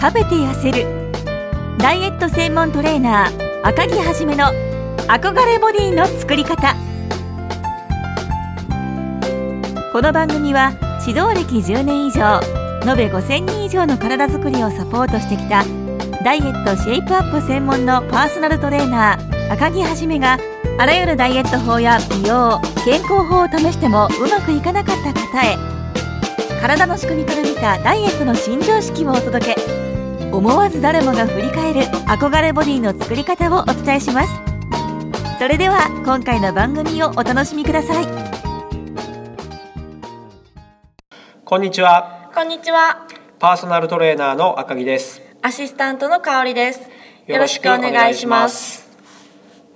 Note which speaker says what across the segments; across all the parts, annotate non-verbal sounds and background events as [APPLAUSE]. Speaker 1: 食べて痩せるダイエット専門トレーナー赤木はじめの憧れボディの作り方この番組は指導歴10年以上延べ5000人以上の体づくりをサポートしてきたダイエットシェイプアップ専門のパーソナルトレーナー赤木はじめがあらゆるダイエット法や美容健康法を試してもうまくいかなかった方へ体の仕組みから見たダイエットの新常識をお届け思わず誰もが振り返る憧れボディの作り方をお伝えしますそれでは今回の番組をお楽しみください
Speaker 2: こんにちは。
Speaker 3: こんにちは。
Speaker 2: パーソナルトレーナーの赤木です。
Speaker 3: アシスタントの香りです。よろしくお願いします。。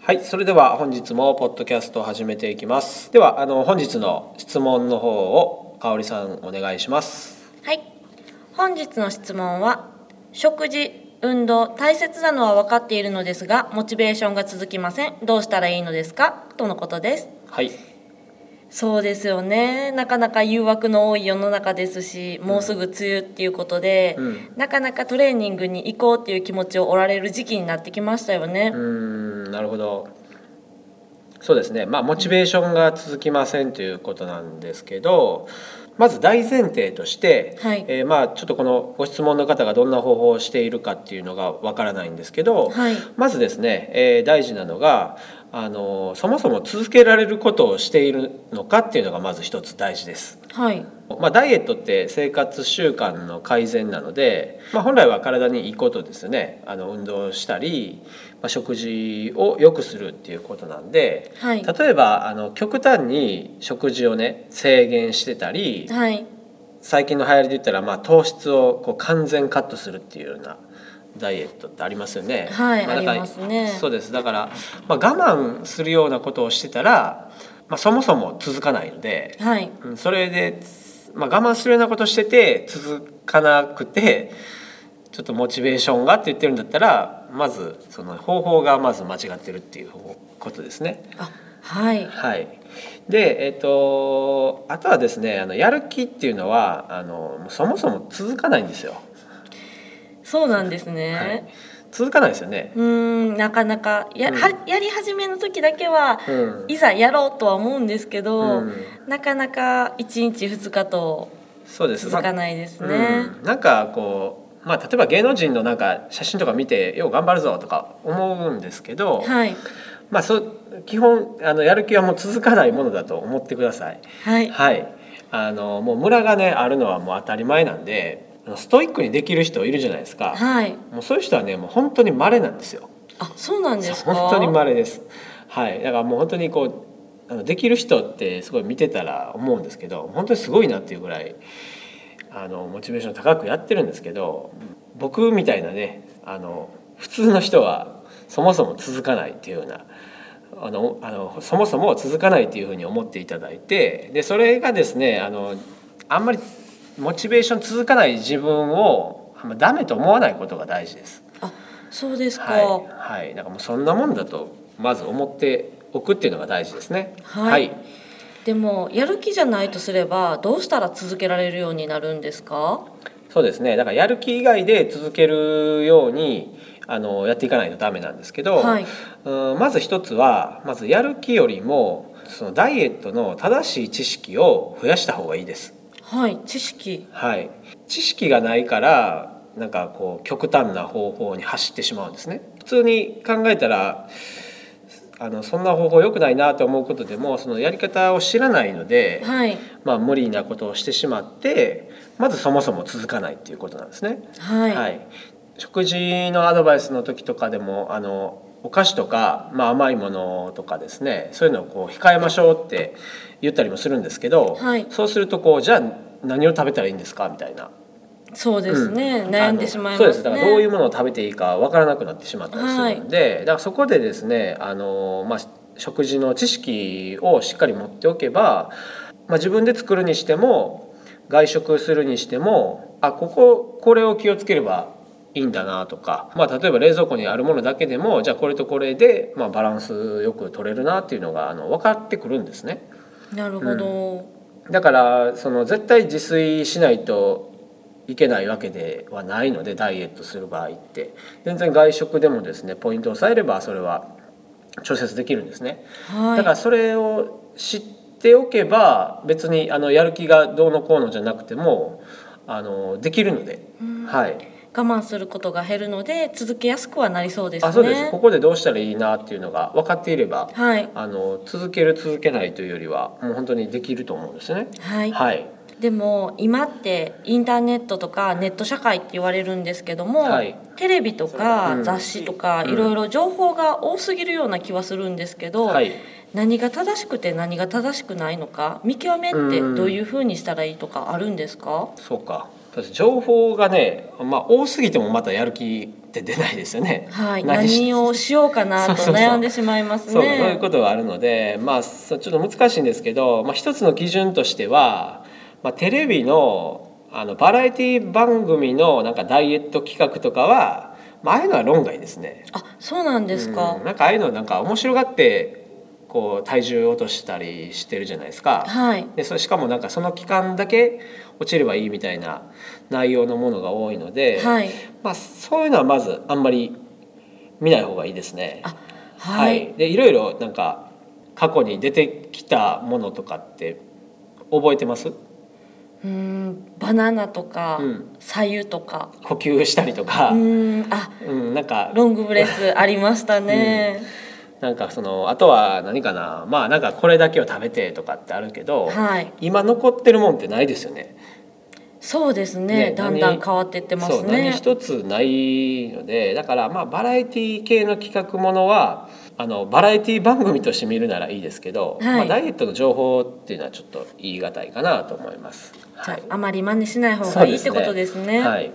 Speaker 2: はい、それでは本日もポッドキャストを始めていきます。では、あの本日の質問の方を香織さんお願いします。
Speaker 3: はい。本日の質問は、食事、運動、大切なのは分かっているのですが、モチベーションが続きません。どうしたらいいのですかとのことです。
Speaker 2: はい。
Speaker 3: そうですよね。なかなか誘惑の多い世の中ですし、もうすぐ梅雨っていうことで、
Speaker 2: うん
Speaker 3: なかなかトレーニングに行こうっていう気持ちをおられる時期になってきましたよね。
Speaker 2: うーん、なるほど。そうですね。まあモチベーションが続きませんということなんですけど。まず大前提として、
Speaker 3: はい
Speaker 2: えーまあちょっとこのご質問の方がどんな方法をしているかっていうのがわからないんですけど、
Speaker 3: はい。
Speaker 2: まずですね、えー大事なのがあのそもそも続けられることをしているのかっていうのがまず一つ大事です。
Speaker 3: はい。
Speaker 2: まあ、ダイエットって生活習慣の改善なので、まあ、本来は体にいいことですよねあの運動したり、まあ、食事を良くするっていうことなんで、
Speaker 3: はい
Speaker 2: 例えばあの極端に食事をね制限してたり
Speaker 3: はい。
Speaker 2: 最近の流行りで言ったら、まあ、糖質をこう完全カットするっていうようなダイエットってありますよね。
Speaker 3: はい
Speaker 2: だから
Speaker 3: ありますね
Speaker 2: そうですだから、まあ、我慢するようなことをしてたら、まあ、そもそも続かないので、
Speaker 3: はい。
Speaker 2: うんそれで、まあ、我慢するようなことしてて続かなくてちょっとモチベーションがって言ってるんだったらまずその方法がまず間違ってるっていうことですね。
Speaker 3: あ、はい。
Speaker 2: はい、で、えっとあとはですねあのやる気っていうのはあのそもそも続かないんですよ、
Speaker 3: そうなんですね。
Speaker 2: はい、続かないですよね、
Speaker 3: うーんなかなかや,、
Speaker 2: うん
Speaker 3: はやり始めの時だけは、
Speaker 2: うん
Speaker 3: いざやろうとは思うんですけど、
Speaker 2: うん
Speaker 3: なかなか1日2日と
Speaker 2: そうです
Speaker 3: 続かないですね。
Speaker 2: うん、なんかこう、まあ、例えば芸能人のなんか写真とか見てよう頑張るぞとか思うんですけど、
Speaker 3: はい、
Speaker 2: まあ、そう基本あのやる気はもう続かないものだと思ってください。
Speaker 3: はい、
Speaker 2: はい、あのもうムラがねあるのはもう当たり前なんでストイックにできる人いるじゃないですか。
Speaker 3: はい、
Speaker 2: もうそういう人はねもう本当に稀なんですよ。
Speaker 3: あそうなんですか。
Speaker 2: 本当に稀です。はい、だからもう本当にこうあのできる人ってすごい見てたら思うんですけど、本当にすごいなっていうぐらいあのモチベーション高くやってるんですけど、僕みたいなねあの普通の人はそもそも続かないっていうような。あのあのそもそも続かないというふうに思っていただいてでそれがですねあのあんまりモチベーション続かない自分をあんまダメと思わないことが大事です。
Speaker 3: あそうですか。
Speaker 2: はい、はい、だからもうそんなもんだとまず思っておくっていうのが大事ですね。
Speaker 3: はいでもやる気じゃないとすればどうしたら続けられるようになるんですか。
Speaker 2: そうですね。だからやる気以外で続けるようにあのやっていかないとダメなんですけど、
Speaker 3: はい
Speaker 2: うんまず一つはまずやる気よりもそのダイエットの正しい知識を増やした方がいいです。
Speaker 3: はい知識
Speaker 2: はい。知識がないからなんかこう極端な方法に走ってしまうんですね。普通に考えたらあのそんな方法良くないなと思うことでもそのやり方を知らないので、
Speaker 3: はい
Speaker 2: まあ無理なことをしてしまってまずそもそも続かないっていうことなんですね。
Speaker 3: はい、
Speaker 2: 食事のアドバイスの時とかでもあのお菓子とか、まあ、甘いものとかですねそういうのをこう控えましょうって言ったりもするんですけど、
Speaker 3: はい
Speaker 2: そうするとこうじゃあ何を食べたらいいんですかみたいな
Speaker 3: そうですね、
Speaker 2: う
Speaker 3: 悩んでしまいます
Speaker 2: あのそう
Speaker 3: ね。
Speaker 2: ですだからどういうものを食べていいかわからなくなってしまったりするので、だからそこでですねあの、まあ、食事の知識をしっかり持っておけば、まあ、自分で作るにしても外食するにしてもあこここれを気をつければいいんだなとか、まあ、例えば冷蔵庫にあるものだけでもじゃあこれとこれで、まあ、バランスよく取れるなっていうのがあの分かってくるんですね。
Speaker 3: なるほど。
Speaker 2: だからその絶対自炊しないといけないわけではないのでダイエットする場合って全然外食でもですねポイントを抑えればそれは調節できるんですね。
Speaker 3: はい
Speaker 2: だからそれを知っておけば別にあのやる気がどうのこうのじゃなくてもあのできるので、
Speaker 3: うん
Speaker 2: はい、
Speaker 3: 我慢することが減るので続けやすくはなりそうですね。
Speaker 2: あそうですここでどうしたらいいなっていうのが分かっていれば
Speaker 3: はい、
Speaker 2: あの続ける続けないというよりはもう本当にできると思うんですね。
Speaker 3: はい
Speaker 2: はい、
Speaker 3: でも今ってインターネットとかネット社会って言われるんですけども、
Speaker 2: はい
Speaker 3: テレビと
Speaker 2: う
Speaker 3: か
Speaker 2: ん
Speaker 3: 雑誌とか
Speaker 2: うん
Speaker 3: いろいろ情報が多すぎるような気はするんですけど、
Speaker 2: はい
Speaker 3: 何が正しくて何が正しくないのか見極めってどういうふうにしたらいいとかあるんですか、
Speaker 2: そうか私情報がね、まあ、多すぎてもまたやる気って出ないですよね。
Speaker 3: はい、
Speaker 2: [LAUGHS] 何し
Speaker 3: 何をしようかな
Speaker 2: そう
Speaker 3: と
Speaker 2: そうそう
Speaker 3: 悩んでしまいますね。
Speaker 2: そうそういうことはあるので、まあ、そうちょっと難しいんですけど、まあ、一つの基準としては、まあ、テレビのあのバラエティ番組のなんかダイエット企画とかは、まあああいうのは論外ですね。
Speaker 3: あそうなんですか
Speaker 2: うん、なんかああいうのなんか面白がってこう体重落としたりしてるじゃないですか。
Speaker 3: はい
Speaker 2: でそれしかもなんかその期間だけ落ちればいいみたいな内容のものが多いので、
Speaker 3: はい
Speaker 2: まあ、そういうのはまずあんまり見ない方がいいですね。
Speaker 3: あはい、
Speaker 2: でいろいろなんか過去に出てきたものとかって覚えてます
Speaker 3: うーんバナナとか、
Speaker 2: うん
Speaker 3: 左右とか
Speaker 2: 呼吸したりとか、
Speaker 3: う
Speaker 2: うん
Speaker 3: ーんあ
Speaker 2: なんか
Speaker 3: ロングブレスありましたね、
Speaker 2: なんかそのあとは何かなまあなんかこれだけを食べてとかってあるけど、
Speaker 3: はい
Speaker 2: 今残ってるもんってないですよね。
Speaker 3: そうです
Speaker 2: ね
Speaker 3: ねだんだん
Speaker 2: 何
Speaker 3: 変わってってま
Speaker 2: そ
Speaker 3: す
Speaker 2: う何
Speaker 3: ね
Speaker 2: 一つないのでだからまあバラエティ系の企画ものはあのバラエティ番組として見るならいいですけど、
Speaker 3: はい
Speaker 2: まあ、ダイエットの情報っていうのはちょっと言い難いかなと思います。
Speaker 3: じゃ
Speaker 2: はい
Speaker 3: ああまり真似しない方
Speaker 2: そう
Speaker 3: がいい
Speaker 2: で
Speaker 3: っ
Speaker 2: すね
Speaker 3: てことですね
Speaker 2: はい、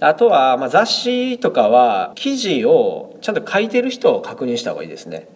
Speaker 2: あとは、まあ、雑誌とかは記事をちゃんと書いてる人を確認した方がいいですね。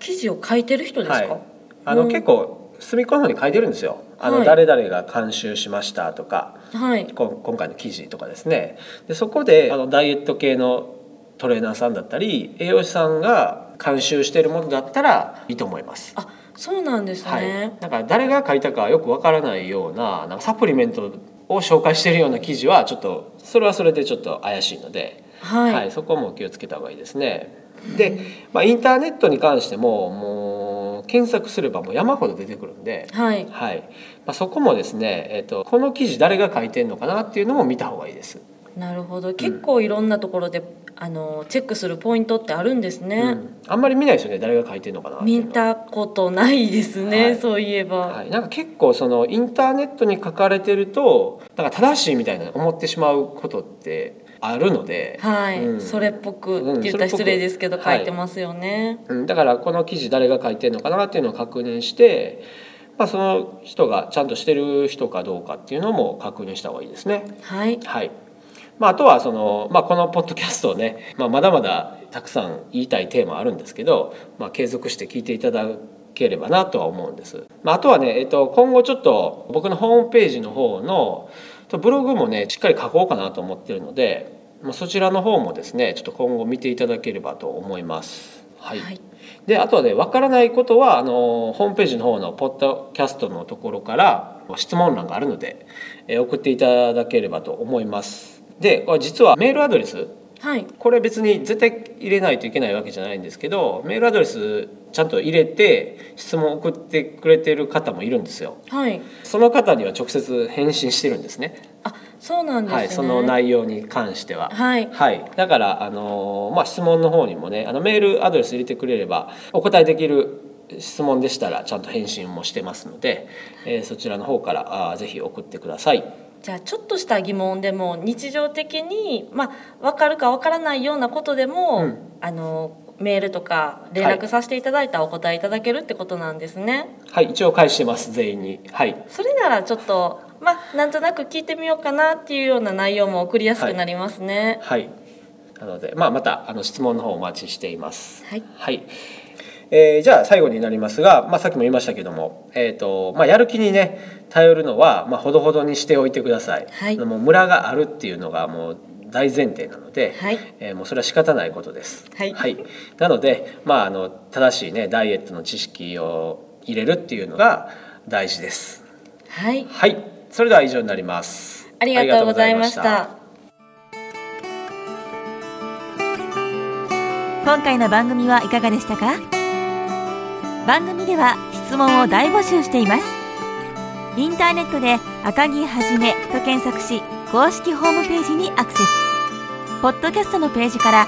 Speaker 3: 記事を書いてる人ですか、
Speaker 2: はい、あの、
Speaker 3: うん
Speaker 2: 結構隅っこの方に書いてるんですよ。あの、
Speaker 3: はい
Speaker 2: 誰々が監修しましたとか
Speaker 3: はい
Speaker 2: こん今回の記事とかですね。でそこであのダイエット系のトレーナーさんだったり栄養士さんが監修しているものだったらいいと思います。
Speaker 3: あそうなんです
Speaker 2: はい
Speaker 3: ね、、
Speaker 2: なんか誰が書いたかはよくわからないようななんかサプリメントを紹介しているような記事はちょっとそれはそれでちょっと怪しいので、
Speaker 3: はい
Speaker 2: そこも気をつけた方がいいですね。で、まあ、インターネットに関してももう検索すればもう山ほど出てくるんで、
Speaker 3: はい
Speaker 2: はいまあ、そこもですね、えっとこの記事誰が書いてるのかなっていうのも見た方がいいです。
Speaker 3: なるほど結構いろんなところで、あのチェックするポイントってあるんです
Speaker 2: う
Speaker 3: ね、
Speaker 2: ん、あんまり見ないですよね誰が書いてるのかなっていう
Speaker 3: 見
Speaker 2: のは
Speaker 3: たことないですね、
Speaker 2: はい
Speaker 3: そういえば、
Speaker 2: はい、なんか結構そのインターネットに書かれてるとなんか正しいみたいな思ってしまうことってあるので、
Speaker 3: はい、
Speaker 2: うん
Speaker 3: それっぽくって言
Speaker 2: う
Speaker 3: ったら
Speaker 2: んそれっぽく
Speaker 3: 失礼ですけど書
Speaker 2: はい
Speaker 3: いてますよね。
Speaker 2: うん、だからこの記事誰が書いてるのかなっていうのを確認して、まあ、その人がちゃんとしてる人かどうかっていうのも確認した方がいいですね。
Speaker 3: はい、
Speaker 2: はいまあ、あとはその、まあ、このポッドキャストをね、まあ、まだまだたくさん言いたいテーマあるんですけど、まあ、継続して聞いていただければなとは思うんです、まあ、あとはね、えっと、今後ちょっと僕のホームページの方のとブログもねしっかり書こうかなと思ってるので、まあ、そちらの方もですねちょっと今後見ていただければと思います。はい
Speaker 3: はい
Speaker 2: であとはね分からないことはあのホームページの方のポッドキャストのところから質問欄があるので、えー送っていただければと思います。でこれ実はメールアドレス
Speaker 3: はい、
Speaker 2: これ別に絶対入れないといけないわけじゃないんですけどメールアドレスちゃんと入れて質問を送ってくれてる方もいるんですよ。
Speaker 3: はい、
Speaker 2: その方には直接返信してるんですね。
Speaker 3: あ、そうなんですね。
Speaker 2: はい、その内容に関しては。
Speaker 3: はい、
Speaker 2: はい、だから、あのーまあ、質問の方にもねあのメールアドレス入れてくれればお答えできる質問でしたらちゃんと返信もしてますので、えーそちらの方からあーぜひ送ってください。
Speaker 3: じゃあちょっとした疑問でも日常的にまあわかるかわからないようなことでも、
Speaker 2: うん
Speaker 3: あのメールとか連絡させていただいたらお答えいただけるってことなんですね。
Speaker 2: はい、一応返してます全員に。はい、
Speaker 3: それならちょっとまあなんとなく聞いてみようかなっていうような内容も送りやすくなりますね。
Speaker 2: はい、なので、まあ、またあの質問の方お待ちしています。
Speaker 3: はい、
Speaker 2: はいえーじゃあ最後になりますが、まあ、さっきも言いましたけども、えーとまあ、やる気にね頼るのは、まあ、ほどほどにしておいてください、
Speaker 3: はい
Speaker 2: もうムラがあるっていうのがもう大前提なので、
Speaker 3: はい
Speaker 2: えーもうそれは仕方ないことです、
Speaker 3: はい
Speaker 2: なので、まあ、あの正しいねダイエットの知識を入れるっていうのが大事です
Speaker 3: はい、
Speaker 2: はいそれでは以上になります
Speaker 3: ありがとうございまし
Speaker 2: ありがとうございま
Speaker 3: た。
Speaker 1: 今回の番組はいかがでしたか番組では質問を大募集していますインターネットで「赤木はじめ」と検索し公式ホームページにアクセスポッドキャストのページから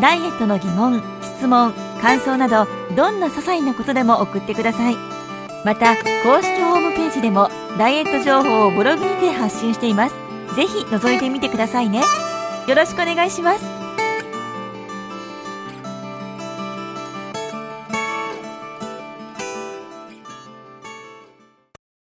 Speaker 1: ダイエットの疑問質問感想などどんな些細なことでも送ってくださいまた公式ホームページでもダイエット情報をブログにて発信していますぜひ覗いてみてくださいねよろしくお願いします